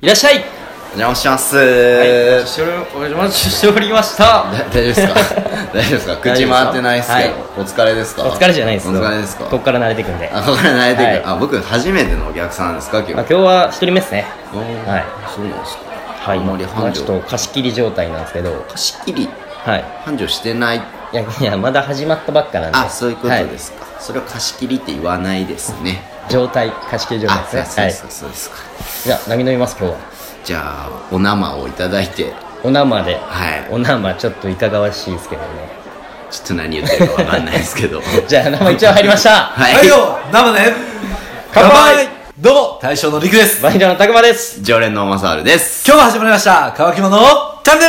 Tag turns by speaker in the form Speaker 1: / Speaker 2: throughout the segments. Speaker 1: いらっしゃい
Speaker 2: お邪魔します、
Speaker 1: はい、
Speaker 2: だ
Speaker 1: しておりお邪魔しておりました
Speaker 2: 大丈夫ですか大丈夫ですか口回ってないっすけど、
Speaker 1: は
Speaker 2: お疲れですか
Speaker 1: お疲れじゃないです
Speaker 2: お疲れですか
Speaker 1: ここから慣れていくんで、
Speaker 2: あこれ慣れてくる、
Speaker 1: はい
Speaker 2: あ僕初めてのお客さんですか今日、
Speaker 1: まあ、今日は一人目ですね
Speaker 2: おー
Speaker 1: はい
Speaker 2: そうなんですか
Speaker 1: は
Speaker 2: あんまり
Speaker 1: まあ
Speaker 2: 繁
Speaker 1: ちょっ
Speaker 2: 盛
Speaker 1: と貸し切り状態なんですけど
Speaker 2: 貸し切り
Speaker 1: はい
Speaker 2: 繁盛してない
Speaker 1: いやいやまだ始まったばっかなんで
Speaker 2: あそういうこと
Speaker 1: はい
Speaker 2: ですか、それを貸し切りって言わないですね
Speaker 1: 状態貸し切り状態
Speaker 2: あそ
Speaker 1: で
Speaker 2: うで
Speaker 1: す
Speaker 2: す
Speaker 1: ね
Speaker 2: か
Speaker 1: はい
Speaker 2: そうそうですか、
Speaker 1: じゃあ波飲みます今日は
Speaker 2: じゃあお生をいただいて
Speaker 1: お生で
Speaker 2: はい
Speaker 1: お生ちょっといかがわしいですけどね
Speaker 2: ちょっと何言ってるかわかんないですけど
Speaker 1: じゃあ生一応入りました
Speaker 2: はい、
Speaker 3: はいよ生ね
Speaker 1: 乾杯
Speaker 3: どうも大将のりくです
Speaker 1: バイのたくまです
Speaker 2: 常連のマサールです
Speaker 3: 今日も始まりました乾き物のチャンネ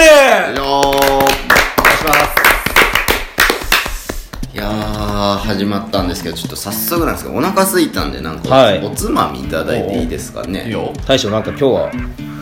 Speaker 3: ル
Speaker 2: よ
Speaker 3: お願いします
Speaker 2: いやー始まったんですけどちょっと早速なんですけどお腹空いたんでなんか、
Speaker 1: はい
Speaker 2: おつまみいただいていいですかね
Speaker 3: よ
Speaker 1: 大将なんか今日は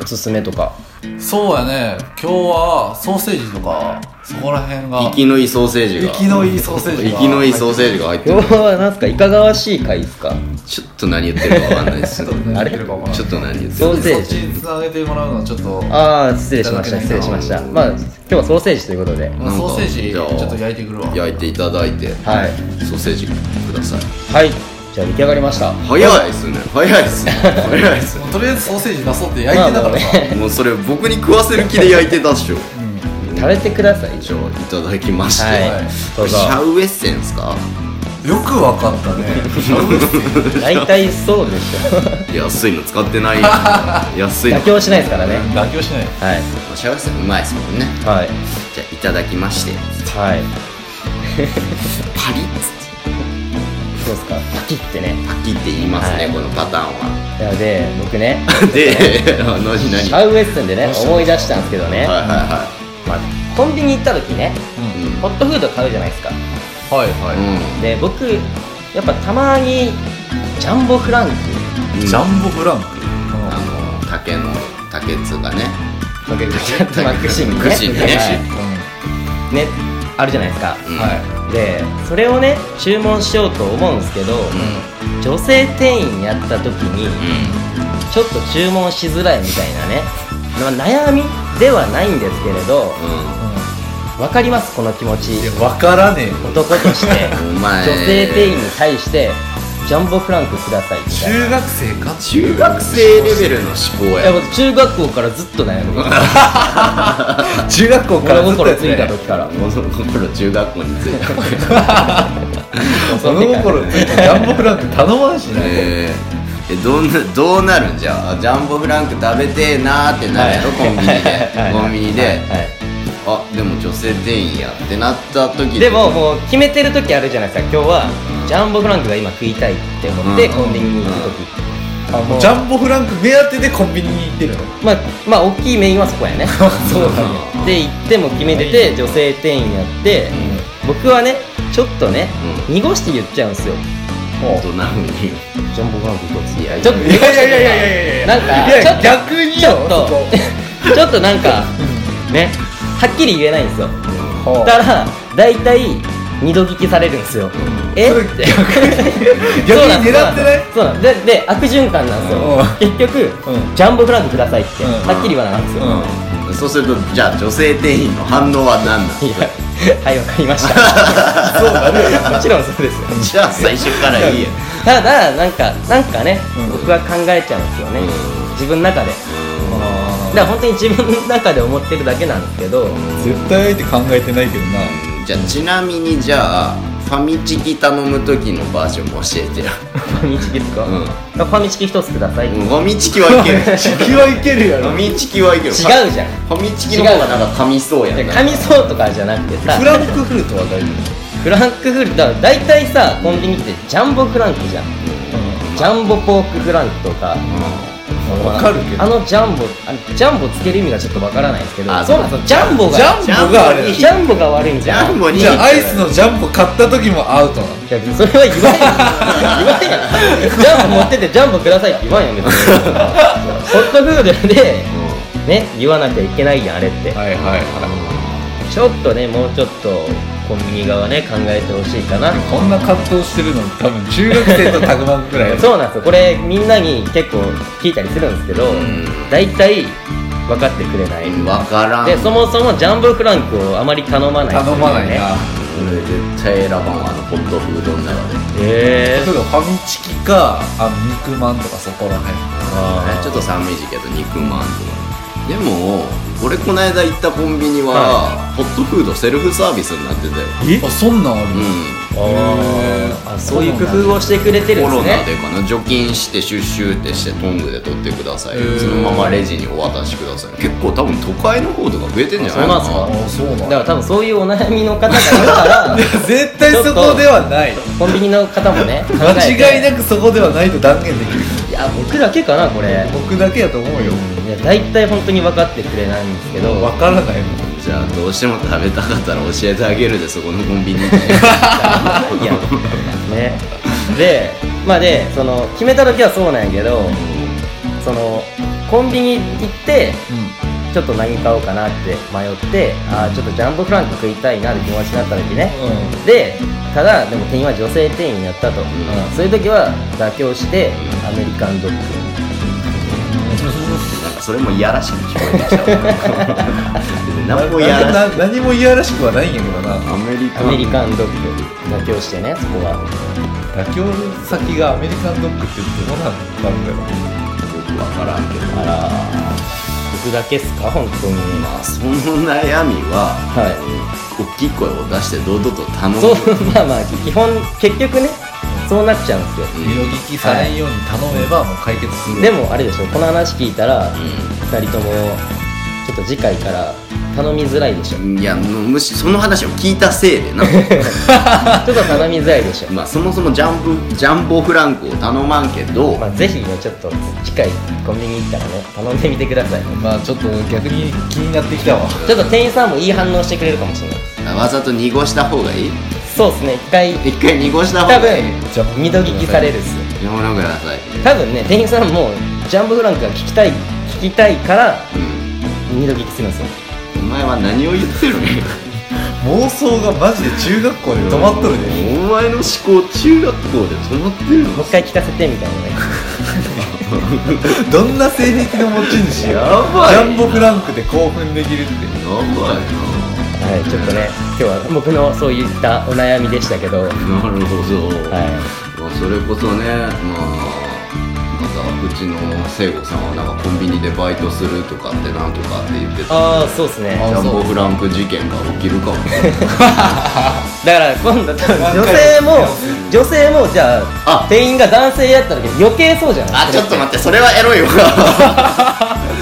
Speaker 1: おすすめとか
Speaker 3: そうやね今日はソーセージとかそこら辺が
Speaker 2: 生きのいいソーセージが
Speaker 3: 生きのいいソーセージ
Speaker 2: 生
Speaker 3: が
Speaker 2: きのいいソーセージが入って
Speaker 1: 今
Speaker 2: る
Speaker 1: 日はなんすかいかがわしい回ですか
Speaker 2: ちょっと何言ってるかわかんないですけど
Speaker 3: あれ
Speaker 2: ちょ
Speaker 3: ち
Speaker 2: っ
Speaker 3: ょっ
Speaker 2: と何言って
Speaker 1: ソ
Speaker 2: る
Speaker 1: ー
Speaker 2: か
Speaker 1: セー
Speaker 3: とそっち
Speaker 1: ジ
Speaker 3: につなげてもらうのはちょっと
Speaker 1: ああ失礼しました失礼しましたまあ今日はソーセージということで
Speaker 3: まあソーセージち
Speaker 2: なんかじゃあ
Speaker 3: ょっと焼いてくるわ
Speaker 2: 焼いていただいて
Speaker 1: はい
Speaker 2: ソーセージください
Speaker 1: はいじゃあ出来上がりました
Speaker 2: 早いですね早いですね早い ですね
Speaker 3: とりあえずソーセージ出そうって焼いてたからさ
Speaker 1: まあまあ
Speaker 2: もうそれ僕に食わせる気で焼いてたっしょ
Speaker 1: 食べてください
Speaker 2: じゃあいただきまして、
Speaker 1: はいどうぞ
Speaker 2: シャウエッセンですか
Speaker 3: よくわ かったね
Speaker 1: 大体そうでしょ
Speaker 2: 安いの使ってない 安いの
Speaker 1: 妥協しないですからね
Speaker 3: 妥協しない
Speaker 1: はい
Speaker 2: 幸せうまいですもんね
Speaker 1: はい
Speaker 2: じゃあいただきまして
Speaker 1: はい
Speaker 2: パリッつって
Speaker 1: そうですかパキってね
Speaker 2: パキって言いますね、
Speaker 1: はい
Speaker 2: このパターン は
Speaker 1: なので僕ね
Speaker 2: で あの何
Speaker 1: シ
Speaker 2: 何は
Speaker 1: ャウエッセンでね思い出したんですけどね、
Speaker 2: いはいは
Speaker 1: まあ、コンビニ行った時ね
Speaker 3: うん
Speaker 2: い
Speaker 1: ホットフード買うじゃないですか
Speaker 3: はいは
Speaker 2: う
Speaker 1: で僕やっぱたまにジャンボフランク
Speaker 2: ん、うん、
Speaker 3: いジャンボフランク
Speaker 2: あの竹の竹っつうかね
Speaker 1: 僕ちょっとまあ串にね
Speaker 2: 串にね
Speaker 1: は
Speaker 3: うん
Speaker 1: いねあるじゃないですか、
Speaker 2: うん
Speaker 3: は
Speaker 1: でそれをね注文しようと思うんですけど、女性店員やった時に
Speaker 2: う
Speaker 1: ちょっと注文しづらいみたいなね、まあ悩みではないんですけれど
Speaker 2: ん
Speaker 3: いうん
Speaker 1: 分かりますこの気持ち
Speaker 3: いや、わからねえよ。
Speaker 1: 男として
Speaker 2: うんお前
Speaker 1: 女性店員に対してジャンボフランクくださいみたいな
Speaker 3: 中学生か
Speaker 2: 中学生レベルの思考
Speaker 1: いや
Speaker 2: や
Speaker 1: 僕中学校からずっと悩んでる
Speaker 3: 中学校
Speaker 1: 物心つ
Speaker 3: ずっ
Speaker 1: い
Speaker 3: と
Speaker 1: た
Speaker 3: やつね
Speaker 1: 時から
Speaker 2: もうその頃中学校に着いた
Speaker 1: その時から
Speaker 3: 物心ついたジャンボフランク頼まんしね
Speaker 2: えー、えどんなどうなるんじゃあジャンボフランク食べてーなーってなるやろ、コンビニ
Speaker 1: はい
Speaker 2: でコンビニで、
Speaker 1: はい
Speaker 2: あでも女性店員やってなった時に
Speaker 1: でももう決めてる時あるじゃないですか今日はジャンボフランクが今食いたいって思って
Speaker 2: う
Speaker 1: コ
Speaker 2: ん
Speaker 1: ンビニに行く時あもう
Speaker 3: ジャンボフランク目当てでコンビニに行ってるの
Speaker 1: まあまあ大きいメインはそこやね
Speaker 3: そうだ
Speaker 2: ね
Speaker 1: で行っても決めてて女性店員やって僕はねちょっとね
Speaker 2: う
Speaker 1: 濁して言っちゃうんですよ
Speaker 2: 大人に
Speaker 1: ジャンボフランク一つ
Speaker 2: いやいや
Speaker 1: ちょっと濁
Speaker 3: い
Speaker 1: して
Speaker 3: やいやいやいやいやいや
Speaker 1: なんか
Speaker 3: いや
Speaker 1: ちょっと
Speaker 3: 逆に
Speaker 1: ち
Speaker 3: よ
Speaker 1: ょっと
Speaker 3: そこ
Speaker 1: ちょっとなんかねはっきり言えないんですよ
Speaker 3: ほう
Speaker 1: だから大体二度聞きされるんですよえ
Speaker 3: そ
Speaker 1: っ
Speaker 3: れ
Speaker 1: て
Speaker 3: 逆に狙っ
Speaker 1: そ
Speaker 3: てね
Speaker 1: うなんですそうなんですでで悪循環なんですよ結局
Speaker 3: うん
Speaker 1: ジャンボフランクくださいって
Speaker 3: うん
Speaker 1: はっきり言わなかったんですよ
Speaker 2: うんそうするとじゃあ女性店員の反応は何
Speaker 1: いやはいわかりま したそうなるもちろんそうですよ
Speaker 2: なんじゃあ最初からいいや
Speaker 1: ただなんかなんかね、
Speaker 3: うん
Speaker 1: 僕は考えちゃうんですよね、
Speaker 2: うん
Speaker 1: 自分の中で
Speaker 3: あ
Speaker 1: だから
Speaker 3: ー
Speaker 1: 本当に自分の中で思ってるだけなんですけど、
Speaker 3: 絶対相手考えてないけどな
Speaker 2: じゃあちなみにじゃあファミチキ頼む時のバージョンも教え てよ
Speaker 1: ファミチキですか、
Speaker 2: うん
Speaker 1: ファミチキ一つください、
Speaker 2: フ
Speaker 1: 違う
Speaker 2: ァミチキはいける
Speaker 3: 地
Speaker 2: フ
Speaker 3: 球はいけるやろ
Speaker 2: ァミチキはいける
Speaker 1: じゃん
Speaker 2: ファミチキの方がなんか噛みそうや
Speaker 1: で
Speaker 2: な
Speaker 1: 噛みそうとかじゃなくてさ
Speaker 3: フランクフルトは大丈
Speaker 1: フランクフルトだから大体さコンビニってジャンボフランクじゃんジャンボポークフランクとか
Speaker 3: 夫わかるけど
Speaker 1: あのジャンボあのジャンボつける意味がちょっとわからないんですけど
Speaker 2: あ
Speaker 1: そうなんですよジャンボが
Speaker 3: ジャンボがあれ
Speaker 2: ジャン
Speaker 1: ジャン
Speaker 2: ボに
Speaker 1: ボが悪いんじ
Speaker 2: ジ
Speaker 1: ゃん
Speaker 2: ャンボに
Speaker 3: じゃあアイスのジャンボ買った時もアウトなの
Speaker 1: いやそれは言わんやん言わんやんジャンボ持っててジャンボくださいって言わんやん別にホットフードでね言わなきゃいけないやんあれって、
Speaker 3: はいはいは
Speaker 1: ちょっとねもうちょっとコンビニ側ね考えてほしいかな
Speaker 3: こんな葛藤してるの多分中学生とタグマぐらい
Speaker 1: そうなんですよこれみんなに結構聞いたりするんですけど
Speaker 2: ん
Speaker 1: 大体分かってくれない
Speaker 2: わからん
Speaker 1: でそもそもジャンボフランクをあまり頼まない
Speaker 3: 頼まないな
Speaker 2: 俺絶対選ばんわあのホットフードの中で
Speaker 1: え
Speaker 3: 例えばファミチキかあの肉まんとかそこら辺
Speaker 1: あー
Speaker 2: ちょっと寒い時期やと肉まんとかでも俺この間行ったコンビニは、ホットフードセルフサービスになってたよ
Speaker 1: え
Speaker 3: あそんなんある
Speaker 2: う
Speaker 3: へー
Speaker 1: あそういう工夫をしてくれて
Speaker 2: ん
Speaker 1: る
Speaker 2: コ
Speaker 1: んです
Speaker 2: ロナ
Speaker 1: ね
Speaker 2: でかな除菌してシュッシュってしてトングで取ってください
Speaker 3: へー
Speaker 2: そのままレジにお渡しください結構多分都会の方とか増えてんじゃないか
Speaker 1: あそうなんす
Speaker 3: あそうな
Speaker 1: だ
Speaker 3: ん
Speaker 1: から多分そういうお悩みの方がいるから
Speaker 3: 絶対そこではない
Speaker 1: コンビニの方もね考えて
Speaker 3: 間違いなくそこではないと断言できる
Speaker 1: いや僕だけかなこれ
Speaker 3: 僕だけやと思うよ
Speaker 1: いや大体本当に分かってくれないんですけど
Speaker 3: わからないもん
Speaker 2: じゃあどうしても食べたかったら教えてあげるでそこのコンビ ニで
Speaker 1: いやねでまあでその決めた時はそうなんやけどそのコンビニ行ってちょっと何買おうかなって迷ってあーちょっとジャンボフランク食いたいなって気持ちになった時ね
Speaker 3: う
Speaker 1: でただでも店員は女性店員やったと、そういう時は妥協してアメリカンドッグ
Speaker 2: なんかそれもいやらしく聞こえてき たわ何も
Speaker 3: ん
Speaker 2: いやらし
Speaker 3: な何もいやらしくはないんやけどない
Speaker 2: アメリカ
Speaker 1: アメリカンドッグ妥協してねそこは
Speaker 3: 妥協先がアメリカンドッグってどうなんだろう
Speaker 2: よくわからんけど
Speaker 1: あら僕だけっすか本当に
Speaker 2: まあその悩みは
Speaker 1: は
Speaker 2: 大きい声を出して堂々と頼
Speaker 1: い
Speaker 2: む
Speaker 1: そうまあまあ基本結局ねそうなっちゃうんですよ
Speaker 2: うん
Speaker 3: 色聞きされんように頼めばもう解決する
Speaker 1: でもあれでしょこの話聞いたら
Speaker 2: う
Speaker 1: 2人ともちょっと次回から頼みづらいでし ょち
Speaker 2: んいやむしその話を聞いたせい でな
Speaker 1: ょっと頼みづらいでしょ
Speaker 2: まあそもそもジャンボジャンボフランクを頼まんけど、
Speaker 1: まあぜひねちょっと次回コンビニ行ったらね頼んでみてください
Speaker 3: まあちょっと逆に気になってきたわ
Speaker 1: ちょっと店員さんもいい反応してくれるかもしれない
Speaker 2: わざと濁した方がいい
Speaker 1: そうですね一回
Speaker 2: 一回濁した方
Speaker 1: 多
Speaker 2: がいい
Speaker 3: じゃ
Speaker 1: 分二度聞きされるっす
Speaker 2: やめてください、
Speaker 1: 多分ね店員さんもジャンボフランクが聞きたい聞きたいから二度聞きするんですよ
Speaker 2: うん、お前は何を言ってるの
Speaker 3: 妄想がマジで中学校で止まっとるね
Speaker 2: お前の思考中学校で止まってるの
Speaker 1: もう一回聞かせてみたいな ね
Speaker 3: どんな性癖の持ち主
Speaker 2: や
Speaker 3: や
Speaker 2: ばい
Speaker 3: ジャンボフランクで興奮できるって
Speaker 2: や
Speaker 1: はい、ちょっとね、今日は僕のそういったお悩みでしたけど、はい、
Speaker 2: ばいななるほど、まあ、それこそね、まあ、なんかうちの聖子さんはなんかコンビニでバイトするとかってなんとかって言ってた
Speaker 1: ああ、そうですね、
Speaker 2: ジャン
Speaker 3: そ
Speaker 2: ボ
Speaker 3: う
Speaker 2: フランク事件が起きるかも
Speaker 1: だから今度、多分
Speaker 3: 何回も
Speaker 1: 女性も、女性もじゃあ、
Speaker 2: あ
Speaker 1: 店員が男性やった時に余計そうじゃない
Speaker 2: あちょっと待ってそれはエロい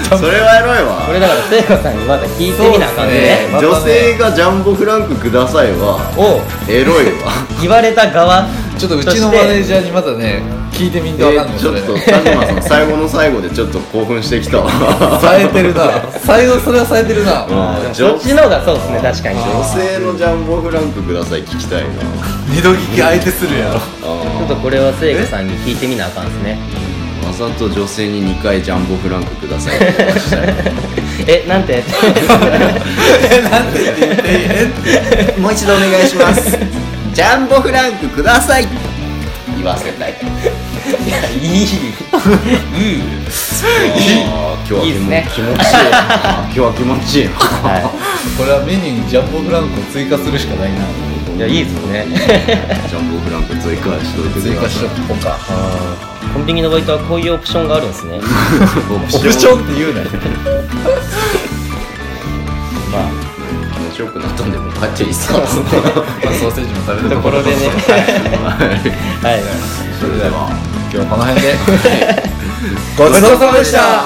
Speaker 2: わそれはエロい
Speaker 1: こ
Speaker 2: わ
Speaker 1: れだから、聖子さんにまだ聞いてみなあかん
Speaker 3: そうっ
Speaker 1: ね
Speaker 3: すねまた
Speaker 2: 女性がジャンボフランクくださいは
Speaker 1: を
Speaker 2: エロい わ
Speaker 1: 言われた側、
Speaker 3: ちょっとうちのマネージャーにまだね聞いてみん
Speaker 2: え
Speaker 3: とわかんない
Speaker 2: ちょ
Speaker 3: そ
Speaker 2: っ
Speaker 3: れ
Speaker 2: と田島さん最後の最後でちょっと興奮してきたわ
Speaker 3: 冴えてるな最後それは冴えてるな
Speaker 2: うん
Speaker 1: そっ
Speaker 2: 女
Speaker 1: ちの方がそうですね、確かに。
Speaker 2: 女
Speaker 1: ち
Speaker 2: 性のジャンボフランクください聞きたいな
Speaker 3: 二度聞き相手するやろ
Speaker 1: ょっとこれは聖子さんに聞いてみなあかんですね。
Speaker 2: わざと女性に2回ジャンボフランクくださ いって言わしたい
Speaker 1: え、なんて
Speaker 3: えなんて言ってえ
Speaker 2: もう一度お願いしますジャンボフランクください言わせたい
Speaker 1: いや、いい。いい。
Speaker 2: あー今日はい
Speaker 1: いですね
Speaker 2: 気持気持ちいいな今日は気持ちいいな
Speaker 1: は。
Speaker 3: これはメニューにジャンボフランクを追加するしかないない
Speaker 1: いや、いいですね。
Speaker 2: ジャンボフランク追加しといて
Speaker 3: 追
Speaker 2: くだ
Speaker 3: 加し
Speaker 2: さ
Speaker 3: と
Speaker 2: い
Speaker 3: こうか
Speaker 1: あーコンビニのバイトはこういうオプションがあるんですね
Speaker 2: オプ
Speaker 3: オプションって言うなよ
Speaker 1: まあ
Speaker 2: 気持ちよくなったんでもう帰っていいっ すか
Speaker 3: まあソーセージも食べ
Speaker 1: ところでねはい
Speaker 2: それでは
Speaker 3: 今日はこの辺でごちそうさまでした